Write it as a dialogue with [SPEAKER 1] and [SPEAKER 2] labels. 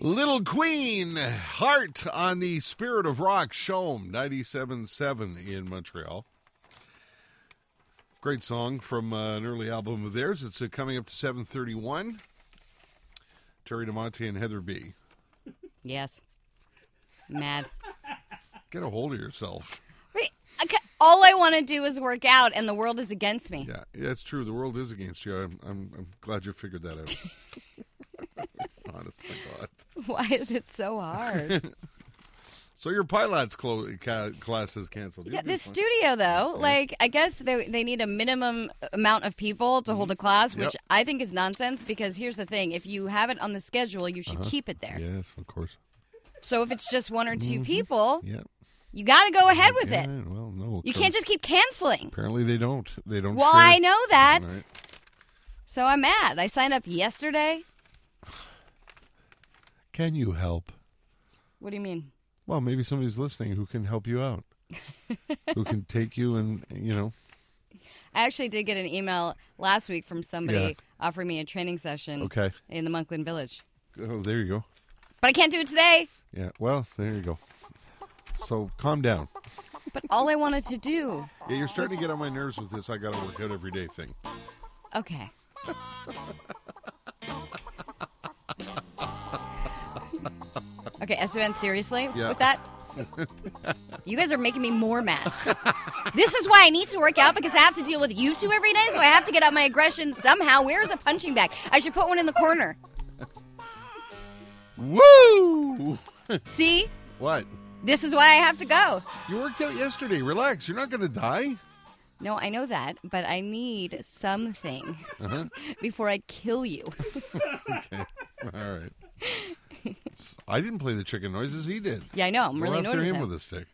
[SPEAKER 1] Little Queen, Heart on the Spirit of Rock, Shome, 97.7 in Montreal. Great song from uh, an early album of theirs. It's uh, coming up to 731. Terry DeMonte and Heather B.
[SPEAKER 2] Yes. Mad.
[SPEAKER 1] Get a hold of yourself.
[SPEAKER 2] Wait, okay, all I want to do is work out, and the world is against me.
[SPEAKER 1] Yeah, that's true. The world is against you. I'm, I'm, I'm glad you figured that out. Honestly, God.
[SPEAKER 2] Why is it so hard?
[SPEAKER 1] So your pilot's clo- ca- class is canceled.
[SPEAKER 2] yeah,
[SPEAKER 1] You're
[SPEAKER 2] this
[SPEAKER 1] doing
[SPEAKER 2] studio though, like I guess they they need a minimum amount of people to hold a class, which
[SPEAKER 1] Mm-hmm. Yep.
[SPEAKER 2] I think is nonsense. Because here's the thing: if you have it on the schedule, you
[SPEAKER 1] Uh-huh.
[SPEAKER 2] should keep it there.
[SPEAKER 1] fine. Yes, of course.
[SPEAKER 2] So if it's just one or 2 people,
[SPEAKER 1] Mm-hmm. Yeah.
[SPEAKER 2] you got to go ahead with
[SPEAKER 1] yeah,
[SPEAKER 2] it.
[SPEAKER 1] Well, no.
[SPEAKER 2] You can't just keep canceling.
[SPEAKER 1] Apparently they don't. They don't.
[SPEAKER 2] Well,
[SPEAKER 1] share-
[SPEAKER 2] I know that.
[SPEAKER 1] Right.
[SPEAKER 2] So I'm mad. I signed up yesterday.
[SPEAKER 1] Can you help?
[SPEAKER 2] What do you mean?
[SPEAKER 1] Well, maybe somebody's listening who can help you out, who can take you and you know.
[SPEAKER 2] I actually did get an email last week from somebody
[SPEAKER 1] Yeah.
[SPEAKER 2] offering me a training session
[SPEAKER 1] Okay.
[SPEAKER 2] in the Monkland Village.
[SPEAKER 1] Oh, there you go.
[SPEAKER 2] But I can't do it today.
[SPEAKER 1] Yeah. Well, there you go. So calm down.
[SPEAKER 2] But all I wanted to do.
[SPEAKER 1] Yeah, you're starting to get on my nerves with this. I got to work out every day thing.
[SPEAKER 2] Okay. okay, Esteban, seriously?
[SPEAKER 1] Yeah.
[SPEAKER 2] With that? you guys are making me more mad. this is why I need to work out because I have to deal with you two every day, so I have to get out my aggression somehow. Where is a punching bag? I should put one in the corner.
[SPEAKER 1] Woo!
[SPEAKER 2] See?
[SPEAKER 1] What?
[SPEAKER 2] This is why I have to go.
[SPEAKER 1] You worked out yesterday. Relax. You're not going to die.
[SPEAKER 2] No, I know that, but I need something
[SPEAKER 1] Uh-huh.
[SPEAKER 2] before I kill you.
[SPEAKER 1] All right. I didn't play the chicken noises. He did.
[SPEAKER 2] Yeah, I know. I'm really
[SPEAKER 1] Go
[SPEAKER 2] annoyed
[SPEAKER 1] after
[SPEAKER 2] with
[SPEAKER 1] him
[SPEAKER 2] him.
[SPEAKER 1] with a stick.